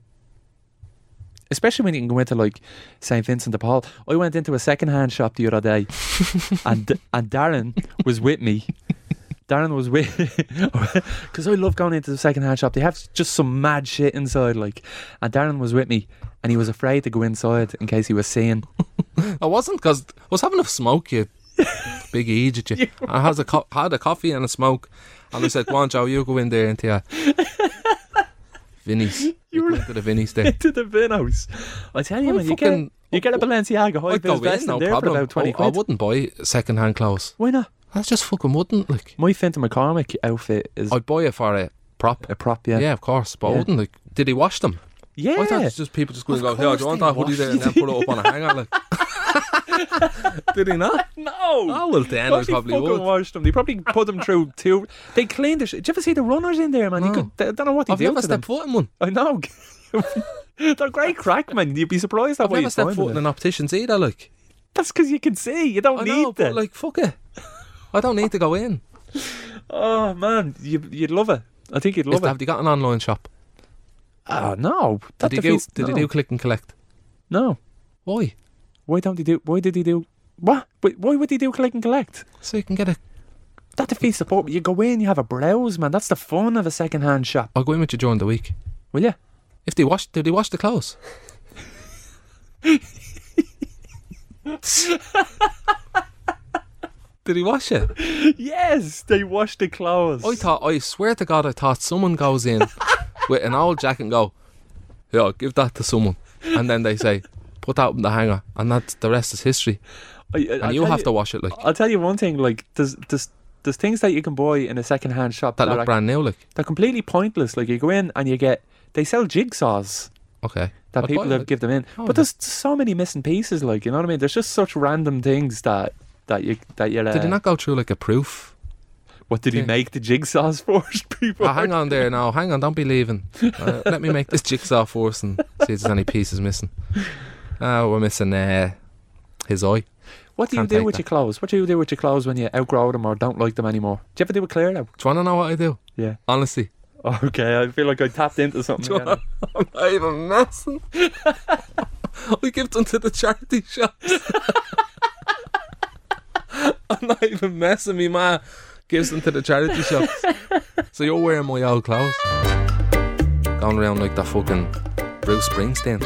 Especially when you can go into like St Vincent de Paul. I went into a second-hand shop the other day, and and Darren was with me. Darren was with because I love going into the second-hand shop. They have just some mad shit inside, like. And Darren was with me, and he was afraid to go inside in case he was seen.
I wasn't because I was having a smoke, you big idiot. You. I has a co- had a coffee and a smoke, and I said, "Go on, Joe, you go in there into your Vinny's. You,
You were-
went to the Vinny's there.
into the bin house. I tell you,
I
man, you get
fucking-
you get a Balenciaga high
I'd go
vis
in,
vest
no
in there for
problem.
about twenty
I- I
quid.
wouldn't buy second-hand clothes.
Why not?
I just fucking wouldn't. Like,
My Fintan McCormick outfit is
I'd buy it for a prop.
a prop,
Yeah, Oh,
yeah.
of course. But I
Yeah.
wouldn't. Like, did he wash them?
Yeah.
I thought it's just people just go and go,
Of
"Here, do
course
you want
they
that hoodie
wash
there?"
it.
and then put it up on a hanger. Like, did he not?
no.
Oh well, then I
Probably
probably
fucking
would.
washed them. They probably put them through two. They cleaned the shit. Did you ever see the runners in there, man? You
No.
could, I don't know what they
I've
do
never
to them.
stepped foot in one.
I know. They're great crack, man. You'd be surprised how
I've
way
never
you
stepped
find
foot in
them.
an optician's either. Like,
That's because you can see. You don't
I
need
know,
that.
but like, fuck it. I don't need to go in.
oh man, you, you'd love it. I think you'd
Is,
love it.
have they got an online shop?
Oh no, that
Did they do?
defeats-
Did they
no.
do click and collect?
No.
Why?
Why don't he do? Why did he do? What? Wait, Why would he do click and collect?
So you can get a.
That defeats the purpose. You go in, you have a browse, man. That's the fun of a second-hand shop.
I'll go in with you during the week.
Will you?
If they wash, do they wash the clothes? Did he wash it?
Yes, they wash the clothes.
I thought, I swear to God, I thought someone goes in with an old jacket and go, yeah, give that to someone. And then they say, put that in the hanger. And that's the rest is history.
I, I-
And
I'll
you
tell
have to wash it like
I'll tell you one thing. Like, there's there's there's things that you can buy in a second-hand shop
that
that,
look
are,
brand new. Like,
they're completely pointless. Like, you go in and you get they sell jigsaws.
okay.
that
I'd
people
buy
have
it.
give them in.
Oh, yeah.
but there's so many missing pieces, like you know what I mean. There's just such random things that that you that you. Uh,
Did he not go through like a proof?
What did he
Yeah.
make the jigsaws for? people.
Oh, hang on there now. Hang on. Don't be leaving. Uh, let me make this jigsaw first and see if there's any pieces missing. Oh, we're missing uh, his eye.
What do you
Can't
do
take
with
that.
your clothes? What do you do with your clothes when you outgrow them or don't like them anymore? Do you ever do a clear out?
Do you want to know what I do?
Yeah.
Honestly.
Okay, I feel like I tapped into something.
Do you I'm not even messing. we give them to the charity shops. I'm not even messing. Me ma gives them to the charity shops. So you're wearing my old clothes, going around like the fucking Bruce Springsteen.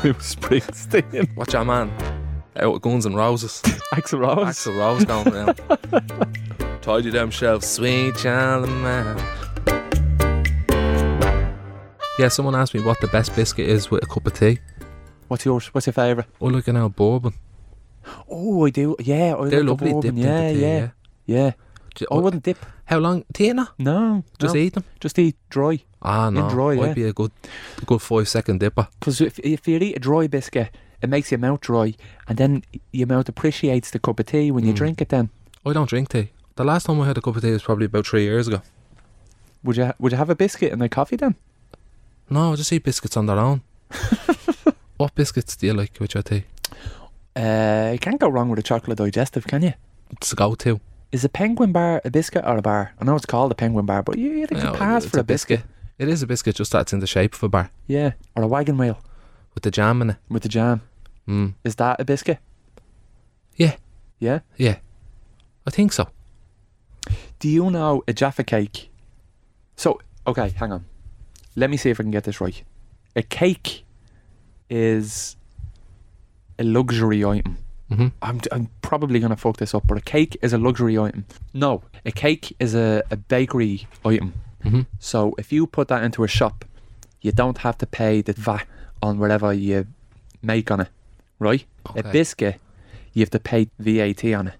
Bruce Springsteen,
Watch your man out with Guns and Roses.
Axel Rose.
Axel Rose going around. Tidy them shelves, sweet child of mine. Yeah, someone asked me what the best biscuit is with a cup of tea.
What's yours? What's your favourite?
Or like an old bourbon.
Oh, I do. Yeah, I
They're
like
lovely
a
dipped
bourbon. Yeah,
into tea. Yeah.
yeah, yeah.
Do you-
I wouldn't dip.
How long? Tina?
No,
Just
no.
eat them.
Just eat dry.
Ah, no.
dry,
Might
yeah.
be a good, a good five second dipper.
Because if, if you eat a dry biscuit, it makes your mouth dry, and then your mouth appreciates the cup of tea when you
Mm.
drink it. Then
I don't drink tea. The last time I had a cup of tea was probably about three years ago.
would you ha- would you have a biscuit and a coffee then?
No, I just eat biscuits on their own. what biscuits do you like with your tea?
Uh, you can't go wrong with a chocolate digestive, can you?
It's a go to.
Is a penguin bar a biscuit or a bar? I know it's called a penguin bar, but you, you can
No,
pass
it's
for a biscuit.
It is a biscuit, just that it's in the shape of a bar
Yeah, or a wagon wheel
with the jam in it.
with the jam.
Mm.
Is that a biscuit?
Yeah.
Yeah.
Yeah. I think so.
Do you know a Jaffa cake? So, okay, hang on. Let me see if I can get this right. A cake is a luxury item.
hmm
I'm, I'm probably going to fuck this up, but a cake is a luxury item. No, a cake is a, a bakery item.
hmm
So, if you put that into a shop, you don't have to pay the VAT on whatever you make on it, right?
Okay.
A biscuit, you have to pay VAT on it.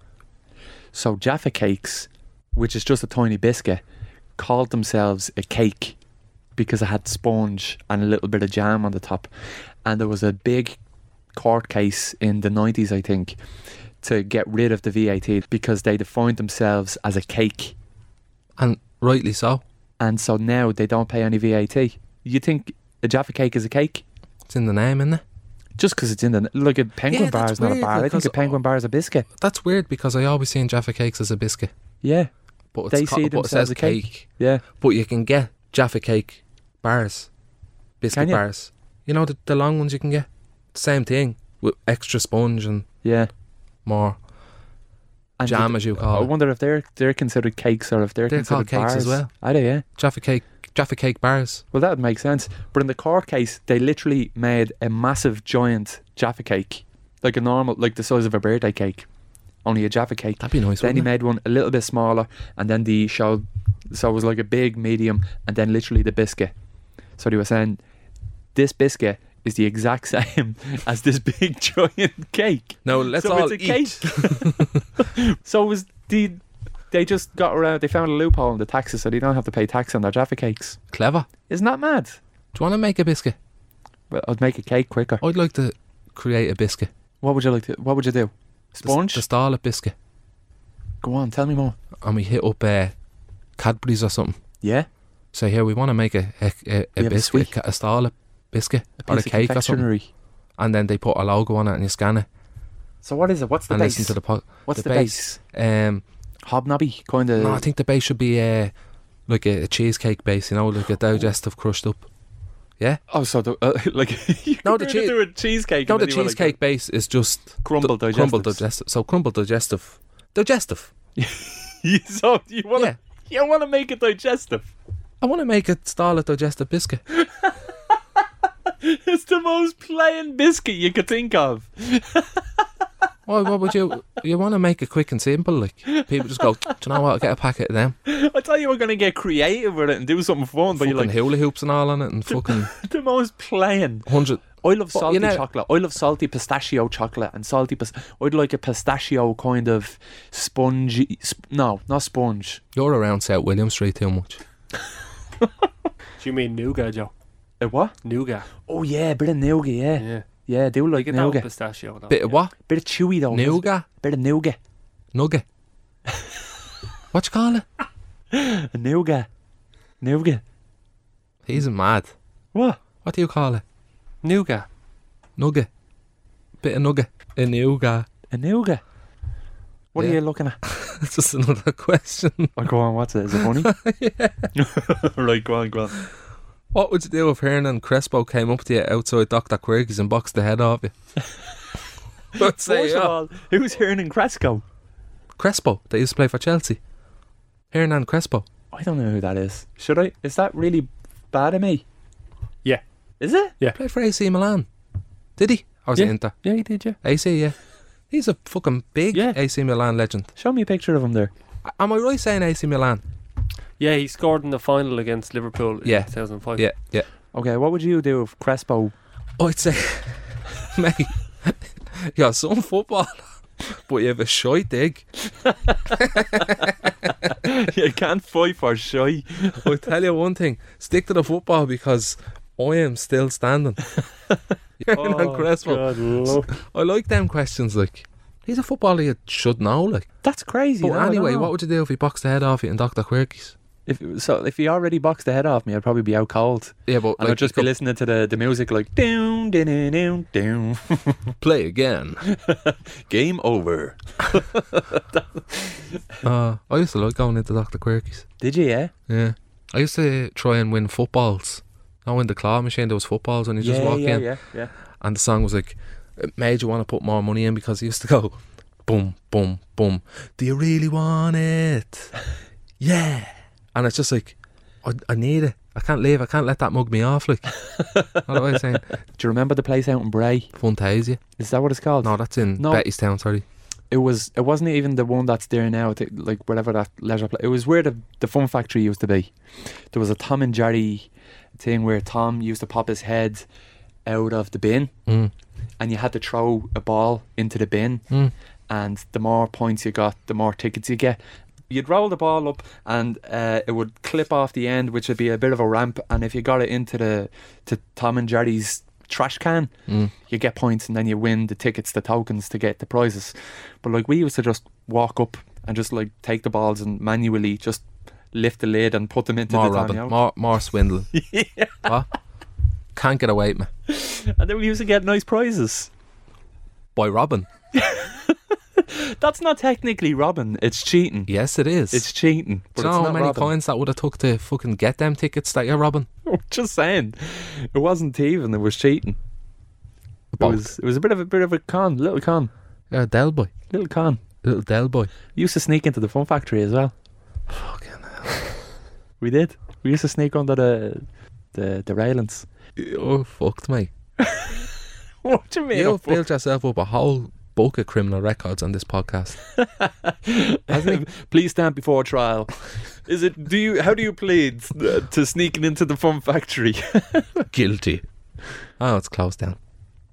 So Jaffa cakes, which is just a tiny biscuit, called themselves a cake because it had sponge and a little bit of jam on the top. And there was a big court case in the 90s, I think, to get rid of the VAT because they defined themselves as a cake.
And rightly so.
And so now they don't pay any VAT. You think a Jaffa cake is a cake?
It's in the name, isn't it?
Just because it's in the look, a penguin
Yeah,
bar
that's
is not a
weird,
bar. I think
because- Oh.
a penguin bar is a biscuit.
That's weird because I always seen Jaffa cakes as a biscuit,
Yeah,
but it's
They
co-
see
but it
themselves
says
a
cake.
cake. yeah.
But you can get Jaffa cake bars, biscuit
Can you?
bars. You know the, the long ones you can get. Same thing with extra sponge and
Yeah.
more
And Oh,
jam,
you-
as you
I
call it.
wonder if they're they're considered cakes or if they're,
They're called
considered
cakes as
bars.
well.
I do, yeah.
Jaffa cake, Jaffa cake bars.
Well, that would make sense. But in the court case, they literally made a massive, giant Jaffa cake, like a normal, like the size of a birthday cake, only a Jaffa cake.
That'd be nice.
then he
wouldn't it?
made one a little bit smaller, and then the showed so it was like a big, medium, and then literally the biscuit. So they were saying, this biscuit is the exact same as this big, giant cake.
No, let's
so
all
it's a
eat.
cake. so it was the they just got around. They found a loophole in the taxes, so they don't have to pay tax on their Jaffa cakes.
Clever.
Isn't that mad?
Do you want to make a biscuit?
Well, I'd make a cake quicker.
I'd like to create a biscuit.
What would you like to? What would you do?
The s-
Sponge.
The starlet biscuit,
Go on, tell me more.
and we hit up uh, Cadbury's or something.
Yeah,
Say here we want to make a a, a,
We
a
have a
biscuit, a,
sweet.
ca- a starlet biscuit or a
piece of
cake or something,
confectionery.
and then they put a logo on it and you scan it
So what is it? What's the
and
base?
listen to the pod.
What's
the
the,
base.
base?
Um,
Hobnobby kind of.
no, I think the base should be uh, like a, a cheesecake base, you know, like a digestive crushed up.
oh, so the, uh, like you
No,
could
the
really
chee-
do a cheesecake.
No,
and
the
then you were like,
cheesecake base is just
crumble
d-
digestives.
crumble digestive. So crumble digestive, digestive.
so you want to
Yeah.
you want to make it digestive.
I want to make a starlet digestive biscuit.
It's the most plain biscuit you could think of.
Why? What would you? You want to make it quick and simple, like people just go. Do you know what? Get a packet of them.
I thought you were going to get creative with it and do something fun, but
fucking
you're like
hula hoops and all on it, and fucking
the most plain.
hundred.
I love
But,
salty
you know-
chocolate. I love salty pistachio chocolate and salty. Pis- I'd like a pistachio kind of spongy. Sp- no, not sponge. Oh,
You're around South William Street too much.
Do you mean nougat, Joe?
A what?
nougat.
Oh yeah, bit of nougat. Yeah,
Yeah,
yeah. I do
you
like
get that with
nougat.
pistachio. Though,
Bit
yeah.
of what?
Bit of chewy though. isn't it?
Nougat?
Bit of nougat.
Nugget? what you call it?
A nougat. Nougat.
He's mad.
What?
What do you call it?
Nougat.
Nugget? Bit of nugget? A nougat?
A nougat. What
Yeah.
are you looking at?
That's just another question.
Oh, go on. What's it? Is it funny? right, go on, go on.
What would you do if Hernan Crespo came up to you outside Dr. Quirky's and boxed the head off you? I'd say,
First of
"Oh,
all, who's Hernan Cresco?
Crespo, that used to play for Chelsea. Hernan Crespo.
I don't know who that is. Should I? Is that really bad of me?
Yeah.
Is it?
Played for AC Milan. Did he? Or was it
Yeah.
Inter?
Yeah, he did. Yeah.
AC, yeah. He's a fucking big
Yeah.
AC Milan legend.
Show me a picture of him there.
A- Am I right saying AC Milan?
Yeah, he scored in the final against Liverpool. in
Yeah.
2005.
Yeah, yeah.
Okay, what would you do if Crespo?
Oh, I'd say, mate, you're some footballer, but you have a shy dig.
you can't fight for shy.
I'll tell you one thing stick to the football because I am still standing. Hernan Crespo.
God, love.
I like them questions. Like, he's a footballer you should know. Like,
That's crazy.
but
no, I don't
anyway,
know.
what would you do if he boxed the head off you in Doctor Quirky's?
if so? If he already boxed the head off me, I'd probably be out cold,
Yeah, but
and I'd just be listening to the, the music like down, down, down, down.
play again.
Game over.
uh, I used to like going into Doctor Quirky's.
Did you? Yeah.
Yeah, I used to try and win footballs. Now in the claw machine, there was footballs, and you just
yeah,
walk
yeah,
in,
yeah, yeah.
and the song was like, it made you want to put more money in because he used to go, boom, boom, boom. Do you really want it? yeah. And it's just like, I, I need it. I can't leave. I can't let that mug me off. Like, what am I saying?
Do you remember the place out in Bray?
Fantasia.
Is that what it's called?
No, that's in
No.
Betty's Town, sorry.
It was. It wasn't even the one that's there now. The, like whatever that leisure place. It was where the the fun factory used to be. There was a Tom and Jerry thing where Tom used to pop his head out of the bin,
Mm.
and you had to throw a ball into the bin.
Mm.
And the more points you got, the more tickets you get. You'd roll the ball up, and uh, it would clip off the end, which would be a bit of a ramp. And if you got it into the to Tom and Jerry's trash can,
Mm.
you get points and then you win the tickets, the tokens to get the prizes. But like we used to just walk up and just like take the balls and manually just lift the lid and put them into
More
the
robbing,
Daniel.
more, more swindling. What? Can't get away with me.
And then we used to get nice prizes.
By robbing.
That's not technically robbing, it's cheating.
Yes, it is.
It's cheating. But
Do you
it's
know how
not
many
robbing.
coins that would have took to fucking get them tickets that you're robbing?
I'm just saying. It wasn't thieving, it was cheating. It
Both.
was, it was a bit of a bit of a con, little con,
You're a Dell boy.
little con.
Little Dell boy.
We used to sneak into the fun factory as well.
Fucking
We did. We used to sneak under the the, the railings.
You're Oh, fucked, mate.
What do you mean?
You've built yourself up a whole bulk of criminal records on this podcast.
Please stand before trial. Is it? Do you? How do you plead uh, to sneaking into the fun factory?
Guilty. Oh, it's closed down.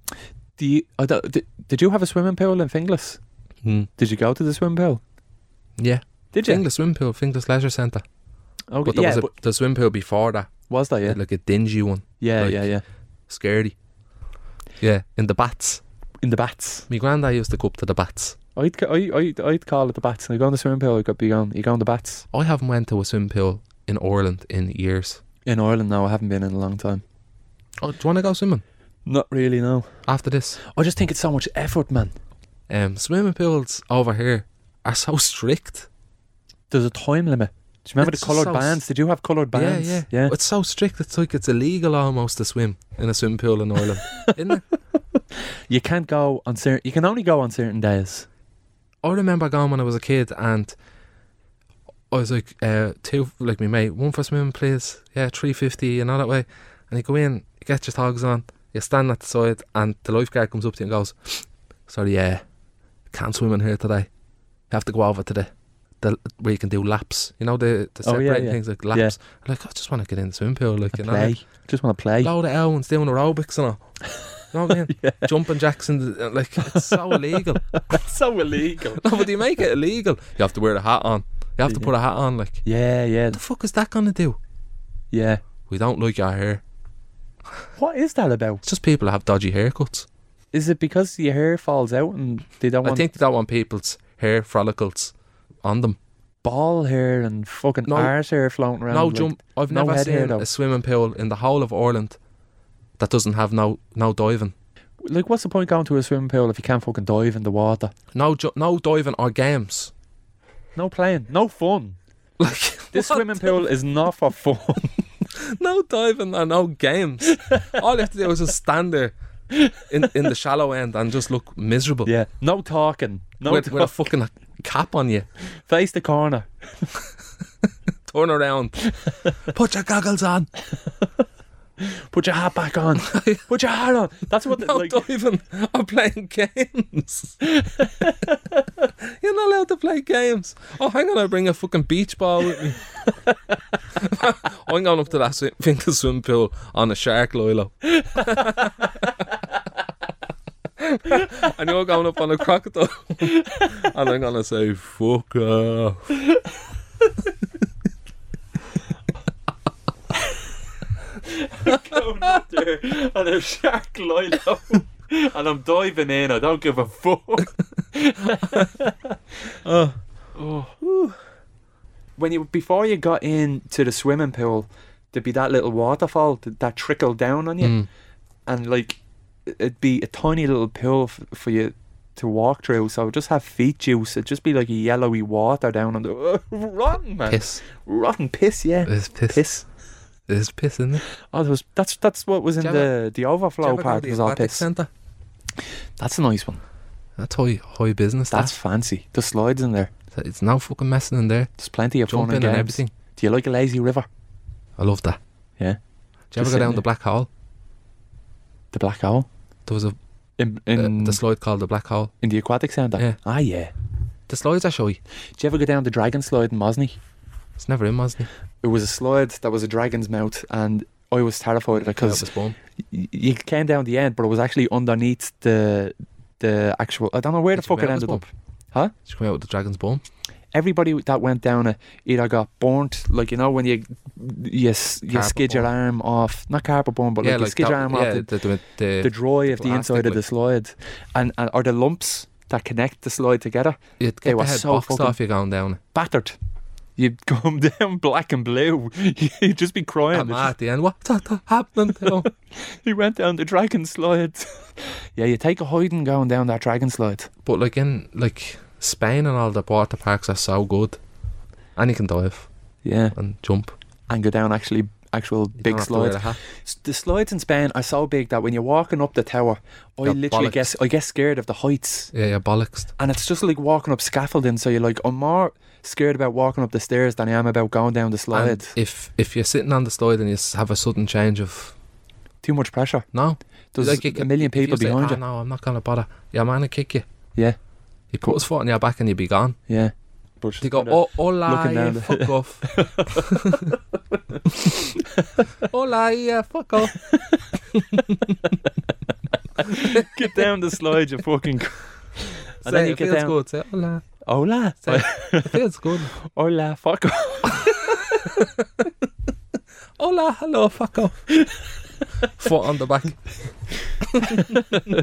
Do you? I don't, did, did you have a swimming pool in Finglas?
Mm.
Did you go to the swimming pool?
Yeah.
Did you?
Finglas Swim Pool, Finglas Leisure Centre.
Okay.
But there
yeah,
was a,
but
the swim pool before that.
was that yeah?
Like a dingy one.
Yeah,
like-
yeah, yeah.
Scary. Yeah, in the bats.
In the bats.
My granddad used to go up to the bats.
I'd ca- I I'd, I'd call it the bats. And I go in the swimming pool. I could be gone. You go in the bats
I haven't went to a swim pool in Ireland in years.
in Ireland now. I haven't been in a long time.
Oh, do you want to go swimming
Not really. No.
after this?
I just think it's so much effort, man.
Um, swimming pools over here are so strict.
There's a time limit. Do you remember
It's
the coloured
so s-
bands? Did you have coloured bands?
Yeah, yeah, It's so strict. It's like it's illegal almost to swim in a swim pool in Ireland, isn't it?
You can't go on certain. You can only go on certain days.
I remember going when I was a kid and I was like, uh, two, like me mate, one for swimming, please. Yeah, three fifty and all that way. And you go in, you get your togs on, you stand at the side, and the lifeguard comes up to you and goes, "Sorry, yeah, can't swim in here today. You have to go over to the, the where you can do laps. You know the the
Oh, yeah,
separating
yeah.
things like
Yeah.
laps. I'm Like I just want to get in the swimming pool, like you know,
play.
like,
Just want to play.
load of Elwins doing aerobics and all. You know what I mean? Jumping jacks and uh, like it's so illegal.
That's so illegal.
No, but you make it illegal. You have to wear the hat on. You have to put a hat on. Like,
Yeah, yeah,
what the fuck is that gonna do?
yeah.
We don't like your hair.
What is that about?
It's just people that have dodgy haircuts.
Is it because your hair falls out and they don't
I
want
think they don't want people's hair follicles on them.
ball hair and fucking
No.
arse hair floating around?
no
like-
jump. I've
no
never
head hair,
seen
though.
a swimming pool in the whole of Ireland that doesn't have no no diving,
Like, what's the point going to a swimming pool if you can't fucking dive in the water?
no ju- no diving or games.
No playing, no fun.
Like
This
what?
swimming pool is not for fun.
no diving and no games. All you have to do is just stand there in in the shallow end and just look miserable.
yeah, no talking. No
with,
talk.
with a fucking cap on you.
face the corner.
Turn around. Put your goggles on.
Put your hat back on. Put your hat on. That's what. the,
No
like,
diving or playing games. You're not allowed to play games. Oh, hang on, I bring a fucking beach ball with me. I'm going up to that swim, finger swim pool on a shark, Lilo. and you're going up on a crocodile. and I'm going to say, fuck off.
going up there and a shark Lilo and I'm diving in. I don't give a fuck.
Uh, when you before you got into the swimming pool, there'd be that little waterfall that, that trickled down on you,
Mm.
and like it'd be a tiny little pool f- for you to walk through. So it would just have feet juice. It'd just be like a yellowy water down on the rotten man,
Piss.
rotten piss. Yeah,
There's piss.
piss.
There's piss in there.
Oh, there was that's that's what was in
Do you
the the overflow part. Was all piss.
Centre?
That's a nice one.
That's high, high business.
That's
That's
fancy. The slides in there.
it's no fucking messing in there.
There's plenty of fun
Jumping
and
and
games.
everything.
Do you like a lazy river?
I love that.
Yeah.
Do you
Just
ever go
sitting
down
there.
the black hole?
The black hole
There was a
in
uh,
in
the slide called the black hole.
in the aquatic centre.
Yeah.
Ah, yeah.
The slides are shy.
Did you ever go down the dragon slide in Mosney?
It's never in Mosney.
It was a slide that was a dragon's mouth, and I was terrified of it
That
because
was bomb.
you came down the end, but it was actually underneath the the actual. I don't know where
Did
the
you
fuck it
melt
ended
one?
up. Huh?
Did you come out with the dragon's bomb?
Everybody that went down it either got burnt, like you know when you you, s- you
Carpet
skid your
burn.
arm off, not carpet burn, but like, you skid
that-
your arm
yeah,
off the,
the, the, the-
the dry of the
plastic,
inside of the
like-
slide, and, and or the lumps that connect the slide together.
you'd
they
get
were
the head
so
boxed
fucking-
off you going down. it.
battered. You'd come down black and blue. You'd just be crying.
I'm at the end. What's that that happening to him?
He went down the dragon slide. yeah, you take a hiding going down that dragon slide.
But like in like Spain and all the water parks are so good, and you can dive
Yeah,
and jump.
and go down actually actual
You don't
big
have to wear
slides.
a hat.
S- The slides in Spain are so big that when you're walking up the tower, I
You're
literally
bollocks.
guess I get scared of the heights.
Yeah, you're bollocks.
And it's just like walking up scaffolding. So you're like, I'm more scared about walking up the stairs than I am about going down the slide.
And if if you're sitting on the slide and you s- have a sudden change of
Too much pressure.
no,
There's
Like, you
a
can-
million
if you
people
say,
behind
"Ah,
you.
No, I'm not gonna bother. Your man will kick you.
Yeah,
He put his foot on your back and you'd be gone.
yeah. But
They go, oh, hola,
looking down
yeah,
the-
fuck off. hola, yeah, fuck off.
get down the slide, you fucking.
Say,
and then you
it
get
feels
down.
good. Say, hola.
Hola,
Say, it feels good.
hola, fuck off.
Hola, hello, fuck off. foot on the back.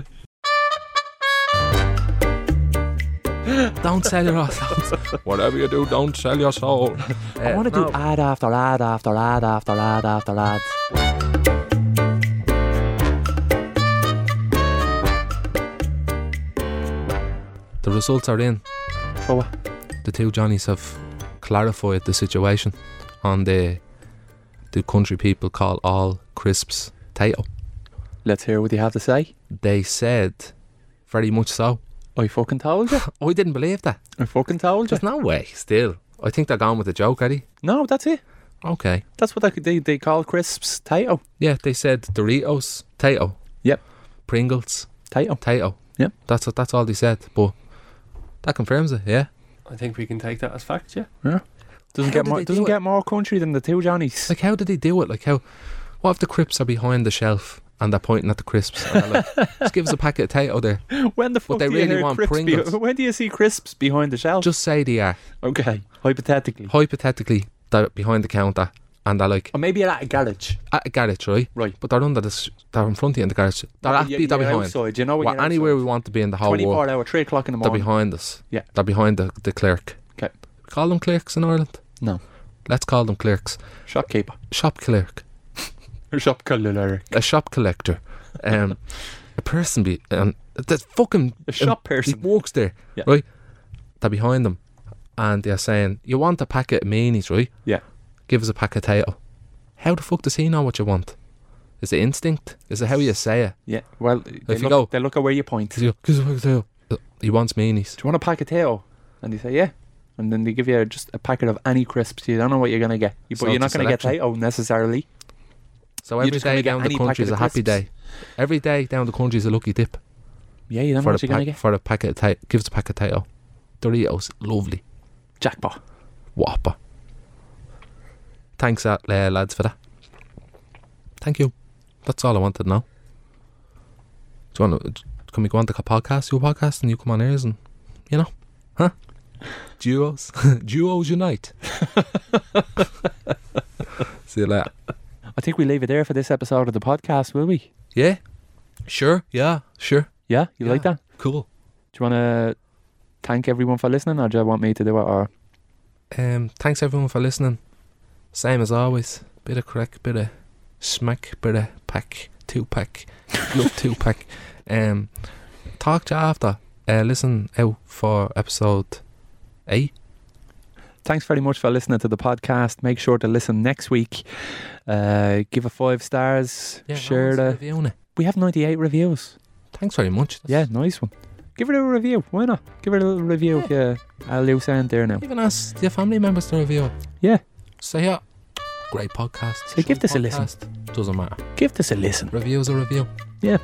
don't sell your souls. Whatever you do, don't sell your soul.
I want to do
no.
ad after ad after ad after ad after ad.
The results are in.
For what?
the two Johnnies have clarified the situation on the the country people call all crisps tato.
Let's hear what you have to say.
They said very much so.
I fucking told you.
I didn't believe that.
I fucking told you.
There's no way. Still, I think they're going with the joke, Eddie.
No, that's it.
Okay.
That's what they they, they call crisps. Tato.
Yeah, they said Doritos tato.
Yep.
Pringles
Tato.
tato.
Yep.
That's that's all they said. But that confirms it. Yeah.
I think we can take that as fact, yeah.
Doesn't
How
get
did
more
they
doesn't
do it?
get more country than the two Johnnies.
Like, how did they do it? Like, how? What if the crisps are behind the shelf and they're pointing at the crisps? And they're like, Just give us a packet of tato there.
when the fuck
they
do you
really
hear
want
crisps be-
Pringles.
when do you see crisps behind the shelf?
Just say they are.
okay, hypothetically.
hypothetically they're behind the counter and they're like
Or maybe you're at a garage.
at a garage, right?
Right.
But they're under this. They're in front of you in the garage. They're at
You-
be they're
you're
behind.
outside, you know when
Well,
you're
anywhere
outside.
we want to be in the whole world.
24 hour, 3 o'clock in the
They're
morning.
behind us.
Yeah.
They're behind the, the clerk.
'Kay.
We call them clerks in Ireland?
No.
Let's call them clerks.
Shopkeeper.
Shop clerk.
Shop collector.
A shop collector. Um, a person be um, that fucking um,
A shop person.
He works there.
Yeah.
Right? They're behind them. And they're saying, You want a packet of meanies, right?
Yeah.
Give us a packet of tato. How the fuck does he know what you want? Is it instinct? Is it how you say it?
Yeah. Well, they,
you
look,
go-
they look at where you point.
Does he go, "Give us a packet of tato." He wants meanies.
do you want a pack of tail? And they say, yeah. And then they give you just a packet of any crisps. You don't know what you're going to get. You,
So
but you're
it's
not
a
going to get
selection.
tail necessarily.
So
You're
every
just gonna
day
get
down the
any
country
packet
is
of
a happy
crisps.
day. Every day down the country is a lucky dip.
Yeah, you don't know
for
what
the
you're going to
pack,
get.
for the packet of ta- gives a packet of tato. Doritos, lovely
Jackpot.
whopper. Thanks, uh, la- lads, for that. Thank you. That's all I wanted to know. Do you want to? Can we go on the podcast? You podcast, and you come on airs, and you know, huh? Duos, duos unite. See you later.
I think we leave it there for this episode of the podcast, will we?
Yeah, sure. Yeah, sure.
Yeah? You like
Yeah.
that?
Cool.
Do you want to thank everyone for listening or do you want me to do it? Or
Um, thanks everyone for listening. Same as always, bit of crack, bit of smack, bit of pack, two pack, love two pack. Um, talk to you after. Uh, listen out for episode eight.
Thanks very much for listening to the podcast. Make sure to listen next week. Uh, give it five stars. share
no one's
the.
reviewing it.
We have 98 reviews.
Thanks very much.
Yeah, nice one. Give it a review. Why not? Give it a little review. uh, Yeah, I'll loose end there now.
Even ask your family members to review. it.
Yeah.
Say yeah. Great podcast.
Say, give
shite
this a listen.
podcast. Doesn't matter.
Give this a listen.
Review's a review.
Yeah.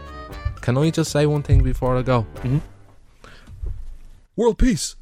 Can I just say one thing before I go?
Mhm.
World peace.